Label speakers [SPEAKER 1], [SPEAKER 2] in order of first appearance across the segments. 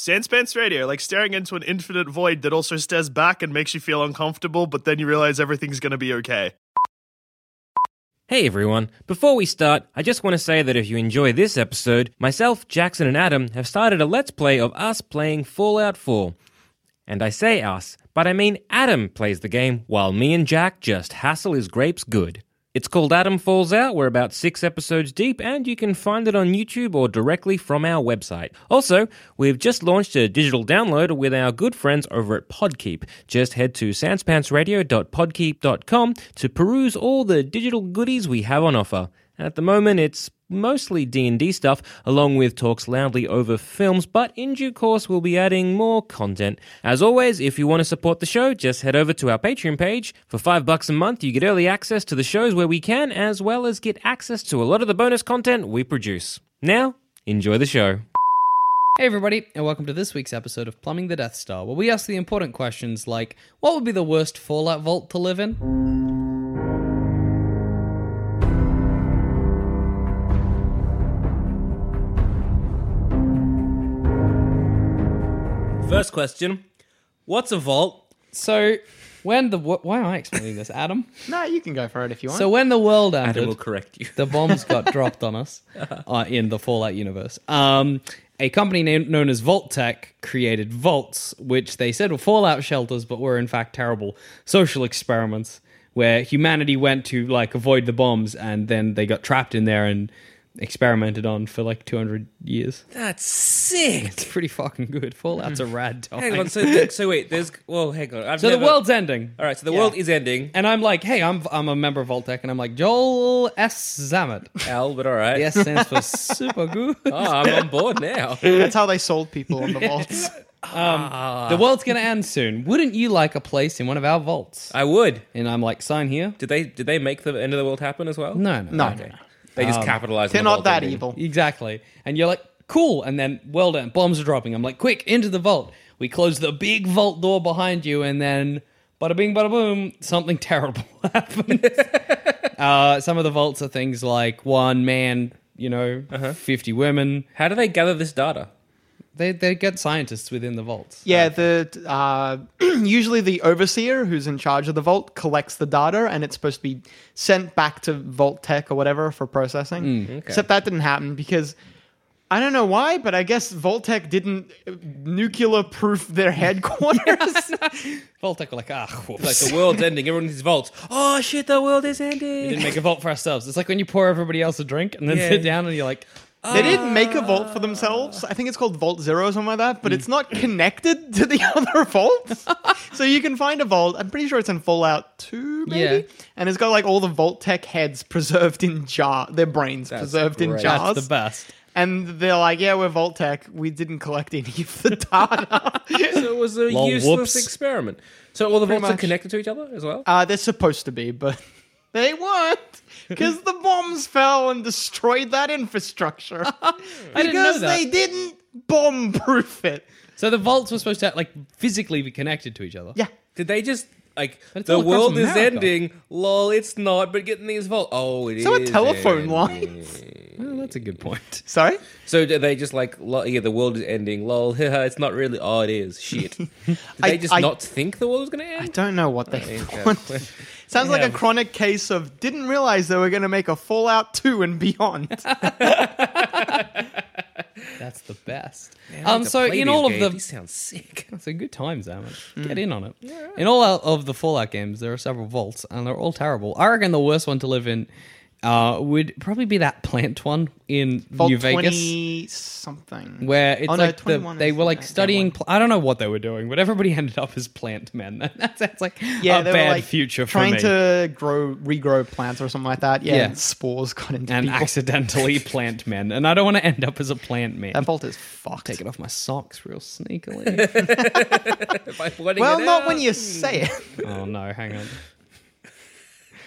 [SPEAKER 1] Sandspence Radio, like staring into an infinite void that also stares back and makes you feel uncomfortable, but then you realize everything's going to be okay.
[SPEAKER 2] Hey everyone, before we start, I just want to say that if you enjoy this episode, myself, Jackson, and Adam have started a Let's Play of us playing Fallout 4. And I say us, but I mean Adam plays the game while me and Jack just hassle his grapes good. It's called Adam Falls Out. We're about six episodes deep, and you can find it on YouTube or directly from our website. Also, we've just launched a digital download with our good friends over at Podkeep. Just head to sanspantsradio.podkeep.com to peruse all the digital goodies we have on offer. At the moment, it's mostly D&D stuff along with talks loudly over films, but in due course we'll be adding more content. As always, if you want to support the show, just head over to our Patreon page. For 5 bucks a month, you get early access to the shows where we can as well as get access to a lot of the bonus content we produce. Now, enjoy the show.
[SPEAKER 3] Hey, everybody, and welcome to this week's episode of Plumbing the Death Star, where we ask the important questions like what would be the worst Fallout vault to live in?
[SPEAKER 2] First question, what's a vault?
[SPEAKER 3] So, when the. wo- Why am I explaining this, Adam?
[SPEAKER 4] No, you can go for it if you want.
[SPEAKER 3] So, when the world ended.
[SPEAKER 2] Adam will correct you.
[SPEAKER 3] the bombs got dropped on us uh, in the Fallout universe. Um, a company named, known as Vault Tech created vaults, which they said were Fallout shelters, but were in fact terrible social experiments where humanity went to like avoid the bombs, and then they got trapped in there and experimented on for like 200 years.
[SPEAKER 2] That's sick.
[SPEAKER 3] It's pretty fucking good. Fallout's a rad time.
[SPEAKER 2] Hang on, so, so wait, there's well, hang on. I've
[SPEAKER 3] so
[SPEAKER 2] never,
[SPEAKER 3] the world's ending.
[SPEAKER 2] All right, so the world is ending.
[SPEAKER 3] And I'm like, hey, I'm I'm a member of Vault Tech, and I'm like Joel S. Zamet.
[SPEAKER 2] Al, but all right.
[SPEAKER 3] Yes, stands for super good.
[SPEAKER 2] Oh, I'm on board now.
[SPEAKER 4] That's how they sold people on the vaults.
[SPEAKER 3] The world's gonna end soon. Wouldn't you like a place in one of our vaults?
[SPEAKER 2] I would.
[SPEAKER 3] And I'm like, sign here.
[SPEAKER 2] Did they did they make the end of the world happen as well?
[SPEAKER 3] No, Um, no,
[SPEAKER 4] No, no, no.
[SPEAKER 2] They just capitalized.
[SPEAKER 4] they're
[SPEAKER 2] on the
[SPEAKER 4] not
[SPEAKER 2] vault
[SPEAKER 4] that
[SPEAKER 2] ending.
[SPEAKER 4] evil.
[SPEAKER 3] exactly. And you're like, cool. And then well done. Bombs are dropping. I'm like, quick into the vault. We close the big vault door behind you, and then bada bing, bada boom, something terrible happens. uh, some of the vaults are things like one man, you know, fifty women.
[SPEAKER 2] How do they gather this data?
[SPEAKER 3] They they get scientists within the vaults.
[SPEAKER 4] Yeah, the uh, usually the overseer who's in charge of the vault collects the data, and it's supposed to be sent back to Vault Tech or whatever for processing. Except that didn't happen because I don't know why, but I guess Vault Tech didn't nuclear-proof their headquarters.
[SPEAKER 3] Vault Tech are like, ah, whoops.
[SPEAKER 2] Like the world's ending, everyone in these vaults. Oh shit, the world is
[SPEAKER 3] we
[SPEAKER 2] ending.
[SPEAKER 3] didn't make a vault for ourselves. It's like when you pour everybody else a drink and then
[SPEAKER 2] Yeah.
[SPEAKER 3] sit down and you're like,
[SPEAKER 4] They didn't make a vault for themselves. I think it's called Vault Zero or something like that, but
[SPEAKER 3] Hmm.
[SPEAKER 4] it's not connected to the other vaults. so you can find a vault. I'm pretty sure it's in Fallout 2, maybe?
[SPEAKER 3] Yeah.
[SPEAKER 4] And it's got like all the Vault Tech heads preserved in jar, their brains preserved in
[SPEAKER 2] great. That's
[SPEAKER 4] jars.
[SPEAKER 3] That's the best.
[SPEAKER 4] And they're like, yeah, we're Vault Tech. We didn't collect any of the data.
[SPEAKER 2] So it was a
[SPEAKER 3] Lol,
[SPEAKER 2] useless
[SPEAKER 3] whoops.
[SPEAKER 2] experiment. So all the vaults are
[SPEAKER 4] much.
[SPEAKER 2] connected to each other as well.
[SPEAKER 4] uh, they're supposed to be, but they weren't. Because the bombs fell and destroyed that infrastructure.
[SPEAKER 3] I didn't know
[SPEAKER 4] because
[SPEAKER 3] that.
[SPEAKER 4] they didn't bomb proof it.
[SPEAKER 3] So the vaults were supposed to like physically be connected to each other.
[SPEAKER 4] Yeah.
[SPEAKER 2] Did they just like
[SPEAKER 3] it's
[SPEAKER 2] the
[SPEAKER 3] all across
[SPEAKER 2] world is
[SPEAKER 3] America.
[SPEAKER 2] ending? Lol, it's not. But get in these vaults. Oh, it is.
[SPEAKER 4] So are telephone
[SPEAKER 2] ending.
[SPEAKER 4] lines.
[SPEAKER 3] Well, that's a good point.
[SPEAKER 4] Sorry?
[SPEAKER 2] So do they just like lo- yeah, the world is ending. Lol, it's not really. Oh, it is. Shit. Did they
[SPEAKER 4] I-
[SPEAKER 2] just
[SPEAKER 4] I-
[SPEAKER 2] not think the world was going to end?
[SPEAKER 4] Don't know what they want.
[SPEAKER 2] Yeah.
[SPEAKER 4] Sounds like
[SPEAKER 3] Yeah.
[SPEAKER 4] a chronic case of didn't realize they were going to make a Fallout 2 and beyond.
[SPEAKER 3] That's the best.
[SPEAKER 2] I
[SPEAKER 3] um,
[SPEAKER 2] need to
[SPEAKER 3] so
[SPEAKER 2] play
[SPEAKER 3] in
[SPEAKER 2] these
[SPEAKER 3] all
[SPEAKER 2] games.
[SPEAKER 3] of
[SPEAKER 2] these
[SPEAKER 3] the,
[SPEAKER 2] sounds sick.
[SPEAKER 3] it's a good time, Zaman.
[SPEAKER 4] Hmm.
[SPEAKER 3] Get in on it. In all out of the Fallout games, there are several vaults, and they're all terrible. I reckon the worst one to live in uh, would probably be that plant one in
[SPEAKER 4] Vault
[SPEAKER 3] New Vegas.
[SPEAKER 4] 20 something.
[SPEAKER 3] Where it's
[SPEAKER 4] Oh, no,
[SPEAKER 3] like the-
[SPEAKER 4] 21
[SPEAKER 3] they
[SPEAKER 4] is
[SPEAKER 3] were like
[SPEAKER 4] that- that
[SPEAKER 3] studying.
[SPEAKER 4] one.
[SPEAKER 3] Pl- I don't know what they were doing, but everybody ended up as plant men. that sounds like
[SPEAKER 4] yeah,
[SPEAKER 3] a
[SPEAKER 4] they
[SPEAKER 3] bad
[SPEAKER 4] were like
[SPEAKER 3] future for
[SPEAKER 4] trying
[SPEAKER 3] me.
[SPEAKER 4] to grow, regrow plants or something like that. Yeah,
[SPEAKER 3] Yeah.
[SPEAKER 4] and spores got into
[SPEAKER 3] and
[SPEAKER 4] people.
[SPEAKER 3] accidentally plant men, and I don't want to end up as a plant man.
[SPEAKER 4] That vault is fucked.
[SPEAKER 3] taking off my socks real sneakily.
[SPEAKER 2] By pointing
[SPEAKER 4] well,
[SPEAKER 2] it
[SPEAKER 4] not
[SPEAKER 2] out.
[SPEAKER 4] when you say it.
[SPEAKER 3] oh no, hang on.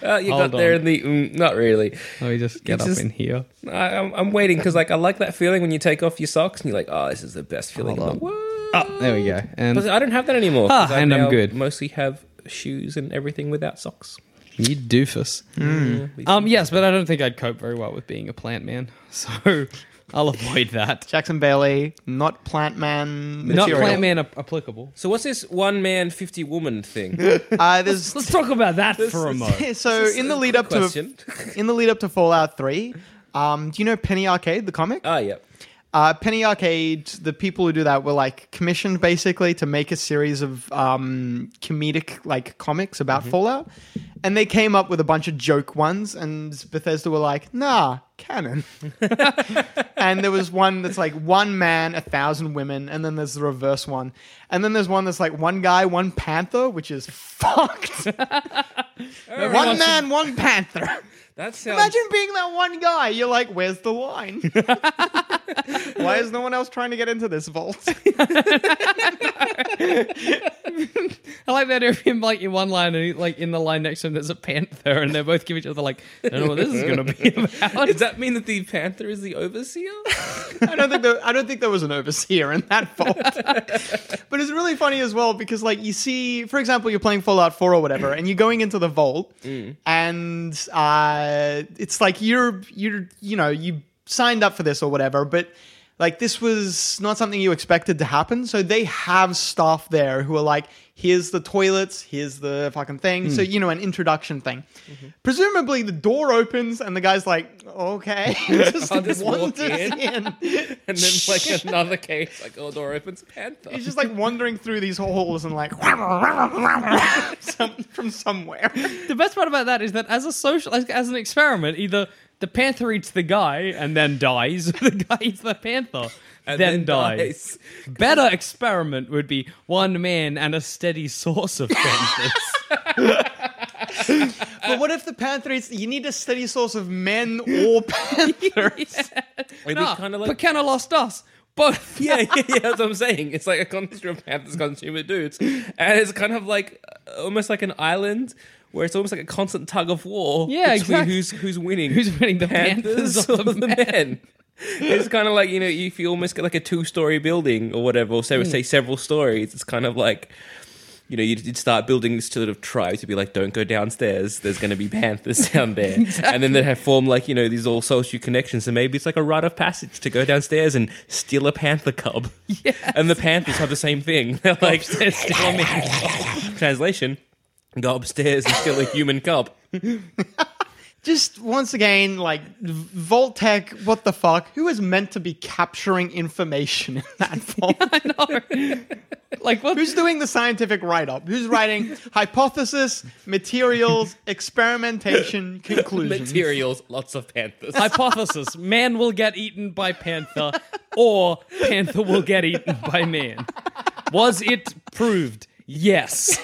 [SPEAKER 2] Uh, you
[SPEAKER 3] Hold
[SPEAKER 2] got there
[SPEAKER 3] on.
[SPEAKER 2] in the mm, not really.
[SPEAKER 3] Let me just get
[SPEAKER 2] It's
[SPEAKER 3] up
[SPEAKER 2] just-
[SPEAKER 3] in here.
[SPEAKER 2] I, I'm, I'm waiting because like I like that feeling when you take off your socks and you're like, oh, this is the best feeling.
[SPEAKER 3] Hold
[SPEAKER 2] in the
[SPEAKER 3] on.
[SPEAKER 2] world.
[SPEAKER 3] Oh, there we go.
[SPEAKER 2] But
[SPEAKER 3] And
[SPEAKER 2] I don't have that anymore.
[SPEAKER 3] Ah,
[SPEAKER 2] 'cause I
[SPEAKER 3] and I'm
[SPEAKER 2] now
[SPEAKER 3] good.
[SPEAKER 2] Mostly have shoes and everything without socks.
[SPEAKER 3] you doofus.
[SPEAKER 2] We-
[SPEAKER 3] Ah. Um, yes, but I don't think I'd cope very well with being a plant man. So I'll avoid that.
[SPEAKER 4] Jackson Bailey, not Plant Man
[SPEAKER 3] Not
[SPEAKER 4] material.
[SPEAKER 3] Plant Man ap- applicable.
[SPEAKER 2] So what's this one man fifty woman thing?
[SPEAKER 4] Uh, there's
[SPEAKER 3] Let's talk about that for a moment.
[SPEAKER 4] so in the lead up to
[SPEAKER 2] question.
[SPEAKER 4] in the lead up to Fallout Three. Um, do you know Penny Arcade, the comic?
[SPEAKER 2] ah, yep.
[SPEAKER 4] Uh, Penny Arcade, the people who do that were like commissioned basically to make a series of um, comedic like comics about Fallout, and they came up with a bunch of joke ones, and Bethesda were like, "Nah, canon." and there was one that's like one man, a thousand women, and then there's the reverse one, and then there's one that's like one guy, one panther, which is fucked. one man, one panther.
[SPEAKER 2] That sounds.
[SPEAKER 4] Imagine being that one guy. You're like, where's the line? Why is no one else trying to get into this vault?
[SPEAKER 3] I like that of him like in one line and he- like in the line next to him there's a panther and they both give each other like, I don't know what this is gonna be about.
[SPEAKER 2] Does that mean that the panther is the overseer?
[SPEAKER 4] I don't think there, I don't think there was an overseer in that vault. but it's really funny as well because like you see, for example, you're playing Fallout 4 or whatever, and you're going into the vault,
[SPEAKER 2] Mm.
[SPEAKER 4] and uh, it's like you're you're you know you signed up for this or whatever, but. Like this was not something you expected to happen, so they have staff there who are like, "Here's the toilets, here's the fucking thing." So
[SPEAKER 2] Mm.
[SPEAKER 4] you know, an introduction thing.
[SPEAKER 2] Mm-hmm.
[SPEAKER 4] Presumably, the door opens and the guy's like, "Okay," just
[SPEAKER 2] I'll just walk
[SPEAKER 4] wanders
[SPEAKER 2] in.
[SPEAKER 4] in.
[SPEAKER 2] And then like another case, like oh, door opens panther.
[SPEAKER 4] He's just like wandering through these halls and like some, from somewhere.
[SPEAKER 3] the best part about that is that as a social as, as an experiment, either the panther eats the guy and then dies, or the guy eats the panther.
[SPEAKER 2] And
[SPEAKER 3] then,
[SPEAKER 2] then
[SPEAKER 3] dies. Better experiment would be one man and a steady source of panthers.
[SPEAKER 4] But what if the panther eats? You need a steady source of men or panthers.
[SPEAKER 2] It'd be
[SPEAKER 3] nah,
[SPEAKER 2] kinda like-
[SPEAKER 3] Pecanna lost us both.
[SPEAKER 2] yeah, yeah, yeah, that's what I'm saying. It's like a consortium of Panthers consumer dudes. And it's kind of like uh, almost like an island where it's almost like a constant tug of war
[SPEAKER 3] Yeah,
[SPEAKER 2] between
[SPEAKER 3] exactly.
[SPEAKER 2] who's who's winning.
[SPEAKER 3] Who's winning the
[SPEAKER 2] Panthers or the men? It's kind of like, you know, if you almost get like a two story building or whatever, or say, say several stories, it's kind of like. You know, you'd, you'd start building this sort of tribe to be like, don't go downstairs. There's going to be panthers down there, and then they have formed like you know these all social connections. And maybe it's like a rite of passage to go downstairs and steal a panther cub. Yeah, and the panthers have the same thing. They're like,
[SPEAKER 3] Upstairs, steal a
[SPEAKER 2] translation: go upstairs and steal a human cub.
[SPEAKER 4] Just once again, like Vault Tech, what the fuck? Who is meant to be capturing information in that vault?
[SPEAKER 3] Like what?
[SPEAKER 4] Who's doing the scientific write up? Who's writing hypothesis, materials, experimentation, conclusions?
[SPEAKER 2] Materials, lots of panthers.
[SPEAKER 3] Hypothesis: Man will get eaten by panther, or panther will get eaten by man. Was it proved? Yes.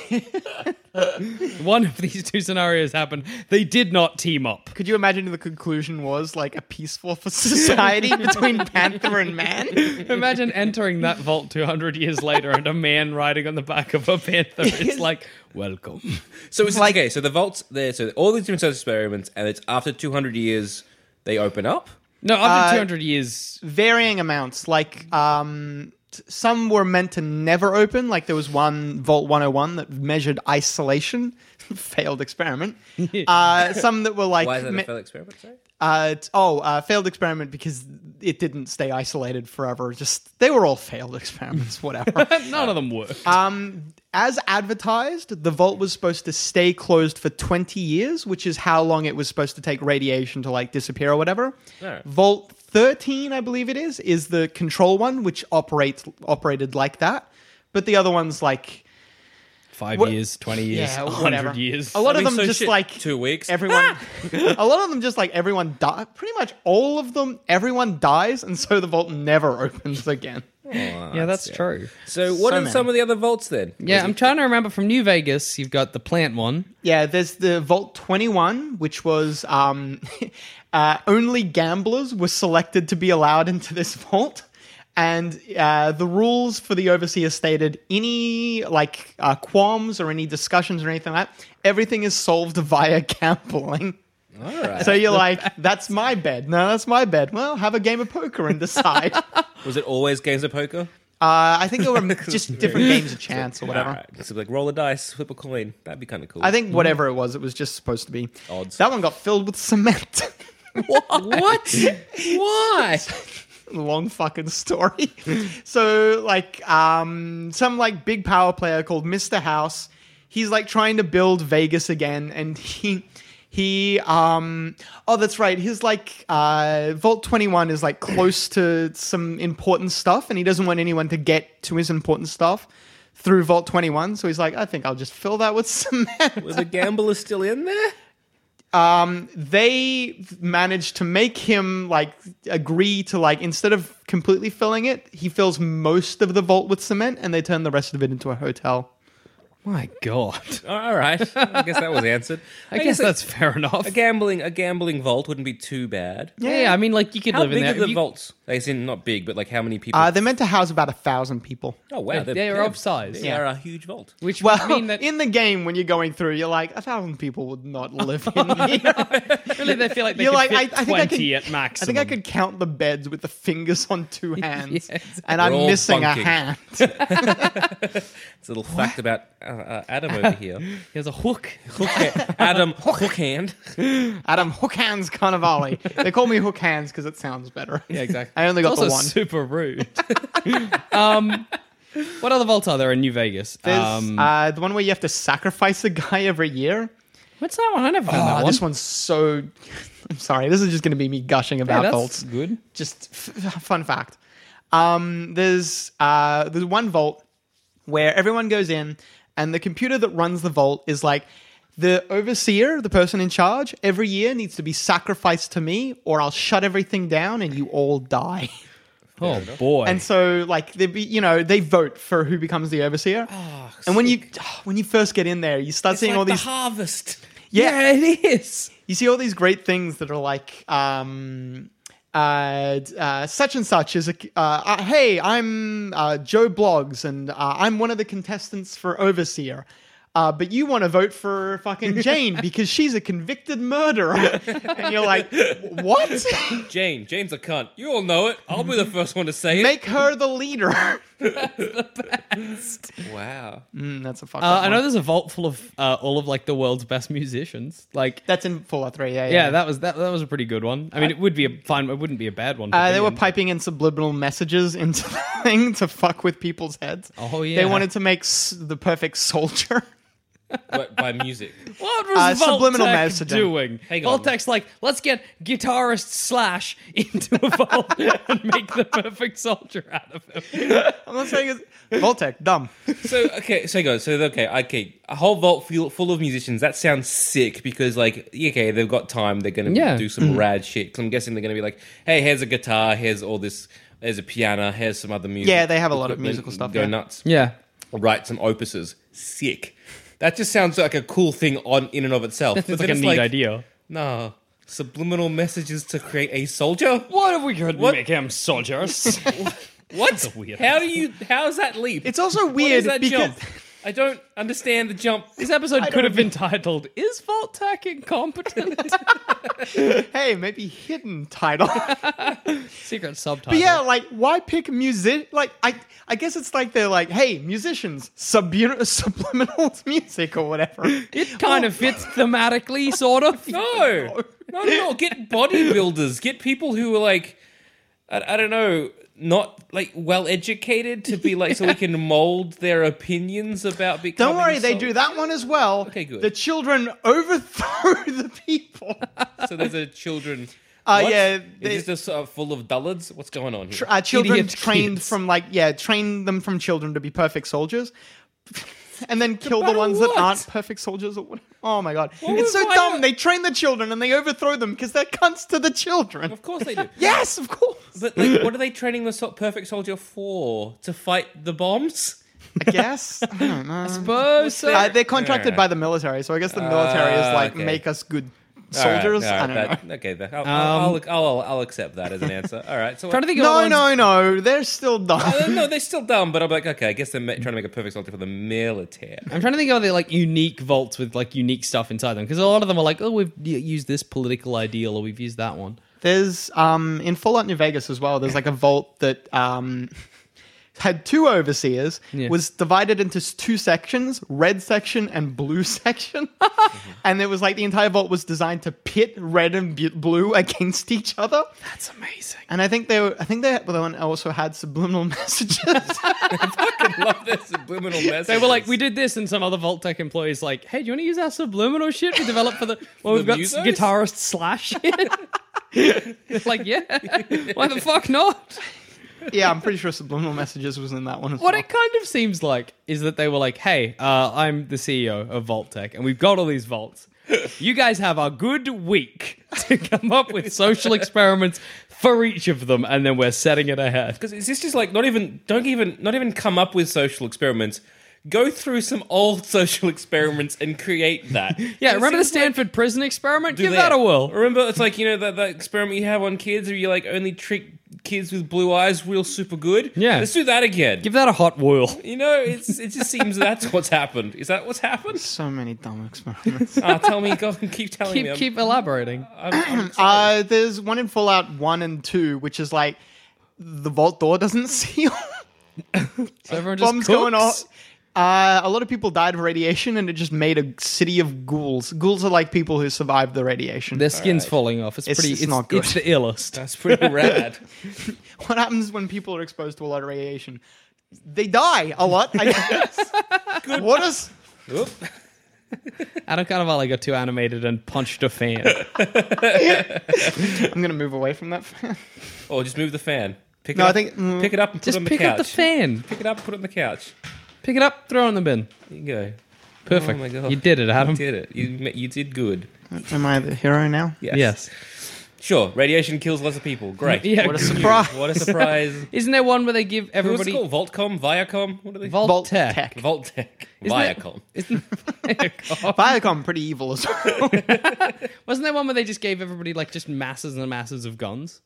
[SPEAKER 3] One of these two scenarios happened. They did not team up.
[SPEAKER 4] Could you imagine the conclusion was like a peaceful society between panther and man?
[SPEAKER 3] Imagine entering that vault 200 years later and a man riding on the back of a panther. It's like, welcome.
[SPEAKER 2] So it's okay. So the vaults there. So all these different sorts of experiments, and it's after 200 years they open up.
[SPEAKER 3] No, after
[SPEAKER 4] Uh,
[SPEAKER 3] 200 years,
[SPEAKER 4] varying amounts. Like um, t- some were meant to never open. Like there was one Vault 101 that measured isolation, failed experiment. Uh, some that were like
[SPEAKER 2] Why is that
[SPEAKER 4] me-
[SPEAKER 2] a failed experiment? Sorry?
[SPEAKER 4] uh, t- oh uh, failed experiment because it didn't stay isolated forever. Just they were all failed experiments. Whatever.
[SPEAKER 3] none of them worked.
[SPEAKER 4] Um, as advertised, the vault was supposed to stay closed for 20 years, which is how long it was supposed to take radiation to like disappear or whatever.
[SPEAKER 2] Alright.
[SPEAKER 4] Vault 13, I believe it is, is the control one, which operates operated like that. But the other ones, like
[SPEAKER 3] Five
[SPEAKER 4] what-
[SPEAKER 3] years, 20 years,
[SPEAKER 4] yeah, whatever.
[SPEAKER 3] 100 years.
[SPEAKER 4] A lot
[SPEAKER 2] I mean,
[SPEAKER 4] of them
[SPEAKER 2] so
[SPEAKER 4] just
[SPEAKER 2] shit,
[SPEAKER 4] like
[SPEAKER 2] two Ah! weeks.
[SPEAKER 4] Everyone, a lot of them just like everyone die. Pretty much all of them, everyone dies, and so the vault never opens again.
[SPEAKER 3] yeah, that's true.
[SPEAKER 2] So what
[SPEAKER 4] So
[SPEAKER 2] are
[SPEAKER 4] many.
[SPEAKER 2] some of the other vaults then?
[SPEAKER 3] Yeah, I'm trying to remember from New Vegas, you've got the plant one.
[SPEAKER 4] Yeah, there's the Vault 21, which was um, uh, only gamblers were selected to be allowed into this vault. And uh, the rules for the overseer stated any like uh, qualms or any discussions or anything like that, everything is solved via gambling.
[SPEAKER 2] All right.
[SPEAKER 4] So you're like, that's my bed. No, that's my bed. Well, have a game of poker and decide. uh,
[SPEAKER 2] was it always games of poker?
[SPEAKER 4] I think there were just different games of chance or
[SPEAKER 2] All
[SPEAKER 4] whatever.
[SPEAKER 2] right. So like roll a dice, flip a coin. That'd be kind of cool.
[SPEAKER 4] I think whatever it was, it was just supposed to be.
[SPEAKER 2] Odds.
[SPEAKER 4] That one got filled with cement.
[SPEAKER 2] what? Why?
[SPEAKER 4] long fucking story. so like um some like big power player called Mr. House, he's like trying to build Vegas again and he he um oh that's right his like uh vault 21 is like close to some important stuff and he doesn't want anyone to get to his important stuff through vault 21 so he's like i think i'll just fill that with cement
[SPEAKER 2] Were the gamblers still in there?
[SPEAKER 4] they managed to make him like agree to like instead of completely filling it, he fills most of the vault with cement and they turn the rest of it into a hotel.
[SPEAKER 3] My God.
[SPEAKER 2] Oh, All right, I guess that was answered.
[SPEAKER 3] I, guess
[SPEAKER 2] a-
[SPEAKER 3] that's fair enough.
[SPEAKER 2] a gambling a gambling vault wouldn't be too bad.
[SPEAKER 3] yeah, yeah, I mean, like, you could
[SPEAKER 2] How
[SPEAKER 3] live in
[SPEAKER 2] big
[SPEAKER 3] there.
[SPEAKER 2] are the
[SPEAKER 3] You-
[SPEAKER 2] vaults? They seem not big, but like how many people?
[SPEAKER 4] Uh, they're meant to house about a thousand people.
[SPEAKER 2] oh wow,
[SPEAKER 3] Yeah, they are of size.
[SPEAKER 2] They
[SPEAKER 3] Yeah.
[SPEAKER 2] are a huge vault.
[SPEAKER 3] Which would
[SPEAKER 4] Well,
[SPEAKER 3] mean that
[SPEAKER 4] in the game, when you're going through, you're like, a thousand people would not live in here.
[SPEAKER 3] really they feel like they
[SPEAKER 4] you're
[SPEAKER 3] could
[SPEAKER 4] like,
[SPEAKER 3] fit
[SPEAKER 4] I, I think I
[SPEAKER 3] 20
[SPEAKER 4] could,
[SPEAKER 3] at max.
[SPEAKER 4] I think I could count the beds with the fingers on two hands,
[SPEAKER 3] Yeah,
[SPEAKER 4] and
[SPEAKER 2] We're
[SPEAKER 4] I'm
[SPEAKER 2] all
[SPEAKER 4] missing
[SPEAKER 2] bunking.
[SPEAKER 4] a hand.
[SPEAKER 2] It's a little fact about uh, uh, Adam over here.
[SPEAKER 3] There's a hook.
[SPEAKER 2] Hook- Adam hook hand.
[SPEAKER 4] Adam Hook Hands Carnivale. they call me Hook Hands because it sounds better.
[SPEAKER 3] Yeah, exactly.
[SPEAKER 4] I only got
[SPEAKER 3] It's also
[SPEAKER 4] the one.
[SPEAKER 3] super rude. um, what other vaults are there in New Vegas?
[SPEAKER 4] There's
[SPEAKER 3] Um,
[SPEAKER 4] uh, the one where you have to sacrifice a guy every year.
[SPEAKER 3] what's that one? I never found
[SPEAKER 4] Oh,
[SPEAKER 3] that one.
[SPEAKER 4] this one's so. I'm sorry. This is just going to be me gushing
[SPEAKER 3] Yeah,
[SPEAKER 4] about
[SPEAKER 3] that's
[SPEAKER 4] vaults.
[SPEAKER 3] good.
[SPEAKER 4] Just f- fun fact. Um, there's uh, there's one vault where everyone goes in, and the computer that runs the vault is like the overseer, the person in charge. Every year needs to be sacrificed to me, or I'll shut everything down and you all die.
[SPEAKER 3] Oh boy.
[SPEAKER 4] And so, like, they be, you know, they vote for who becomes the overseer.
[SPEAKER 3] Ah,
[SPEAKER 4] and when you when you first get in there, you start seeing all these
[SPEAKER 2] harvest.
[SPEAKER 4] yeah,
[SPEAKER 3] it is.
[SPEAKER 4] you see all these great things that are like um uh, d- uh, such and such is a c- uh, uh, hey i'm uh, joe blogs and uh, i'm one of the contestants for overseer uh, but you want to vote for fucking jane because she's a convicted murderer and you're like what
[SPEAKER 2] Jane, Jane's a cunt. You all know it. I'll be the first one to say
[SPEAKER 4] Mm-hmm. make her the leader
[SPEAKER 2] it. Wow.
[SPEAKER 4] Mm, that's a fuck
[SPEAKER 3] Uh,
[SPEAKER 4] up
[SPEAKER 3] I
[SPEAKER 4] one.
[SPEAKER 3] know there's a vault full of uh, all of like the world's best musicians. Like,
[SPEAKER 4] that's in fallout 3 yeah yeah,
[SPEAKER 3] yeah, that was that. That was a pretty good one. I mean, it would be a fine. It wouldn't be a bad one. to
[SPEAKER 4] Uh,
[SPEAKER 3] be
[SPEAKER 4] they were
[SPEAKER 3] in.
[SPEAKER 4] piping in subliminal messages into the thing to fuck with people's heads.
[SPEAKER 3] Oh, yeah.
[SPEAKER 4] They wanted to make s- the perfect soldier.
[SPEAKER 2] But by music.
[SPEAKER 3] What
[SPEAKER 4] Uh,
[SPEAKER 3] was
[SPEAKER 4] subliminal
[SPEAKER 3] Voltec
[SPEAKER 4] messaging.
[SPEAKER 3] doing?
[SPEAKER 2] Hang on.
[SPEAKER 3] Voltec's like, let's get guitarist Slash into a vault and make the perfect soldier out of him.
[SPEAKER 4] I'm not saying it's Voltec, dumb.
[SPEAKER 2] So okay, so go. So okay, okay. A whole vault full, full of musicians. That sounds sick because like okay, they've got time. They're gonna
[SPEAKER 3] Yeah.
[SPEAKER 2] do
[SPEAKER 4] Mm-hmm.
[SPEAKER 2] some rad shit. 'Cause I'm guessing they're gonna be like, hey, here's a guitar. Here's all this. Here's a piano. Here's some other music.
[SPEAKER 4] Yeah, they have a lot of
[SPEAKER 2] equipment,
[SPEAKER 4] musical stuff,
[SPEAKER 2] Go
[SPEAKER 4] yeah.
[SPEAKER 2] nuts.
[SPEAKER 3] Yeah.
[SPEAKER 2] write some opuses. Sick. That just sounds like a cool thing on in and of itself.
[SPEAKER 3] It's
[SPEAKER 2] But
[SPEAKER 3] like
[SPEAKER 2] then
[SPEAKER 3] a
[SPEAKER 2] it's
[SPEAKER 3] neat idea.
[SPEAKER 2] No. Subliminal messages to create a soldier?
[SPEAKER 3] What if we could
[SPEAKER 2] What?
[SPEAKER 3] make him soldiers?
[SPEAKER 2] What?
[SPEAKER 3] weird-
[SPEAKER 2] How do you how's that leap?
[SPEAKER 4] It's also
[SPEAKER 2] What
[SPEAKER 4] weird
[SPEAKER 2] is that
[SPEAKER 4] because
[SPEAKER 2] jump? I don't understand the jump.
[SPEAKER 3] this episode could have been titled "Is Voltec Incompetent?"
[SPEAKER 4] hey, maybe hidden title. but
[SPEAKER 3] Secret subtitle.
[SPEAKER 4] yeah, like why pick music? Like I, I guess it's like they're like, hey, musicians, subu- subliminal music or whatever.
[SPEAKER 3] it kind of fits thematically, sort of.
[SPEAKER 2] No. Not at all. Get bodybuilders. Get people who are like I, I don't know, not like well educated to be like so we can mold their opinions about becoming
[SPEAKER 4] Don't worry, they
[SPEAKER 2] sol-
[SPEAKER 4] do that one as well.
[SPEAKER 2] Okay, good.
[SPEAKER 4] The children overthrow the people.
[SPEAKER 2] So there's a children
[SPEAKER 4] Uh,
[SPEAKER 2] What?
[SPEAKER 4] yeah, they-
[SPEAKER 2] is this just uh, full of dullards? What's going on here?
[SPEAKER 4] tr- uh, children
[SPEAKER 3] Idiot
[SPEAKER 4] trained
[SPEAKER 3] kids.
[SPEAKER 4] from like yeah train them from children to be perfect soldiers and then kill the
[SPEAKER 2] matter
[SPEAKER 4] ones
[SPEAKER 2] what.
[SPEAKER 4] that aren't perfect soldiers or whatever. oh my god
[SPEAKER 2] would-
[SPEAKER 4] it's so
[SPEAKER 2] why
[SPEAKER 4] dumb
[SPEAKER 2] not?
[SPEAKER 4] they train the children and they overthrow them because they're cunts to the children
[SPEAKER 2] of course they do.
[SPEAKER 4] yes of course
[SPEAKER 2] But like, what are they training the so- perfect soldier for? To fight the bombs?
[SPEAKER 4] i guess i don't know
[SPEAKER 3] Suppose Oh, so.
[SPEAKER 4] uh, they're contracted
[SPEAKER 2] Yeah. Ah,
[SPEAKER 4] by the military so i guess the military is like
[SPEAKER 2] okay.
[SPEAKER 4] make us good
[SPEAKER 2] All right,
[SPEAKER 4] soldiers
[SPEAKER 2] all right,
[SPEAKER 4] i don't know
[SPEAKER 2] that- Okay, that- I'll, I'll, I'll, I'll, I'll accept that as an answer. All right. So
[SPEAKER 3] trying to think of
[SPEAKER 4] no
[SPEAKER 3] other ones-
[SPEAKER 4] no no they're still dumb
[SPEAKER 2] Uh, no, they're still dumb, but I'm like, okay, I guess they're ma- trying to make a perfect soldier for the military.
[SPEAKER 3] I'm trying to think of the like unique vaults with like unique stuff inside them because a lot of them are like, oh, we've y- used this political ideal or we've used that one.
[SPEAKER 4] There's um in Fallout New Vegas as well. There's like a vault that um had two overseers,
[SPEAKER 3] Yeah.
[SPEAKER 4] was divided into s- two sections, red section and blue section.
[SPEAKER 3] Mm-hmm.
[SPEAKER 4] And it was like the entire vault was designed to pit red and bu- blue against each other.
[SPEAKER 3] That's amazing.
[SPEAKER 4] And I think they were, I think they well, they also had subliminal messages.
[SPEAKER 2] Love that subliminal message.
[SPEAKER 3] They were like, we did this, and some other Vault Tech employees like, hey, do you want to use our subliminal shit we developed for the? Well, we've got
[SPEAKER 2] musos?
[SPEAKER 3] guitarist Slash. They're like, yeah, why the fuck not?
[SPEAKER 4] yeah, I'm pretty sure subliminal messages was in that one as
[SPEAKER 3] What
[SPEAKER 4] well.
[SPEAKER 3] it kind of seems like is that they were like, hey, uh, I'm the CEO of Vault Tech, and we've got all these vaults. You guys have a good week to come up with social experiments for each of them, and then we're setting it ahead.
[SPEAKER 2] because is this just like not even don't even not even come up with social experiments. Go through some old social experiments and create that.
[SPEAKER 3] Yeah,
[SPEAKER 2] It
[SPEAKER 3] remember
[SPEAKER 2] seems
[SPEAKER 3] the
[SPEAKER 2] like-
[SPEAKER 3] Stanford prison experiment? Give
[SPEAKER 2] do
[SPEAKER 3] that a whirl.
[SPEAKER 2] Remember, it's like you know that, that experiment you have on kids, where you like only treat kids with blue eyes real super good.
[SPEAKER 3] Yeah.
[SPEAKER 2] let's do that again.
[SPEAKER 3] Give that a hot whirl.
[SPEAKER 2] you know, it's it just seems that's what's happened. Is that what's happened?
[SPEAKER 4] so many dumb experiments.
[SPEAKER 2] Ah, tell me, go keep telling me.
[SPEAKER 3] Keep
[SPEAKER 2] I'm-
[SPEAKER 3] keep elaborating.
[SPEAKER 2] I'm- I'm-
[SPEAKER 4] Uh, there's one in Fallout 1 and 2, which is like the vault door doesn't seal.
[SPEAKER 3] So everyone just
[SPEAKER 4] Bombs going
[SPEAKER 3] cooks?
[SPEAKER 4] off. Uh, a lot of people died of radiation, and it just made a city of ghouls. Ghouls are like people who survived the radiation.
[SPEAKER 3] Their skin's falling off. It's,
[SPEAKER 4] It's-
[SPEAKER 3] pretty.
[SPEAKER 4] it's
[SPEAKER 3] It's,
[SPEAKER 4] not good.
[SPEAKER 3] it's the illest.
[SPEAKER 2] that's pretty rad.
[SPEAKER 4] what happens when people are exposed to a lot of radiation? They die a lot, I guess. what is?
[SPEAKER 2] Oop.
[SPEAKER 3] Adam Carnivale got too animated and punched a fan.
[SPEAKER 4] I'm gonna move away from that.
[SPEAKER 2] Or oh, just move the fan. Pick
[SPEAKER 4] No,
[SPEAKER 2] it
[SPEAKER 4] I
[SPEAKER 2] up,
[SPEAKER 4] think- mm.
[SPEAKER 2] pick it up and put it
[SPEAKER 3] just
[SPEAKER 2] on the
[SPEAKER 3] pick
[SPEAKER 2] couch.
[SPEAKER 3] up the fan.
[SPEAKER 2] Pick it up, put it on the couch.
[SPEAKER 3] Pick it up. Throw it in the bin.
[SPEAKER 2] There you go.
[SPEAKER 3] Perfect.
[SPEAKER 2] Oh my God.
[SPEAKER 3] You did it,
[SPEAKER 2] You
[SPEAKER 3] Adam.
[SPEAKER 2] did it. You ma- you did good.
[SPEAKER 4] Am I the hero now?
[SPEAKER 2] Yes.
[SPEAKER 3] Yes.
[SPEAKER 2] Sure. Radiation kills lots of people. Great.
[SPEAKER 3] Yeah.
[SPEAKER 4] What a surprise!
[SPEAKER 2] What a surprise.
[SPEAKER 3] Isn't there one where they give
[SPEAKER 2] What's it
[SPEAKER 3] everybody
[SPEAKER 2] called? Voltcom? Viacom? What are they?
[SPEAKER 3] Vault,
[SPEAKER 4] Vault
[SPEAKER 3] Tech?
[SPEAKER 4] Tech.
[SPEAKER 2] Vault Tech.
[SPEAKER 3] Isn't it-
[SPEAKER 2] Viacom.
[SPEAKER 3] Isn't,
[SPEAKER 4] Viacom pretty evil as well.
[SPEAKER 3] wasn't there one where they just gave everybody like just masses and masses of guns?